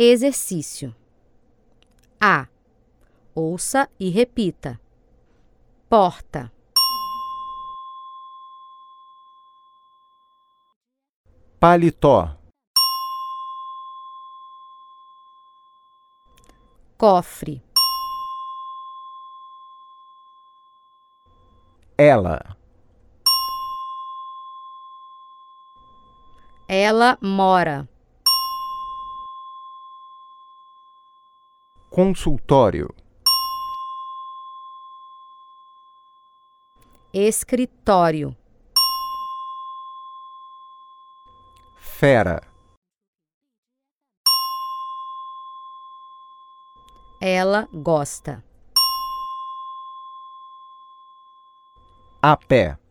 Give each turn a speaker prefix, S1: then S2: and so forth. S1: Exercício: A. Ouça e repita. Porta.
S2: paletó,
S1: Cofre.
S2: ela,
S1: Ela mora.
S2: consultório,
S1: Escritório.
S2: fera,
S1: Ela gosta.
S2: a pé,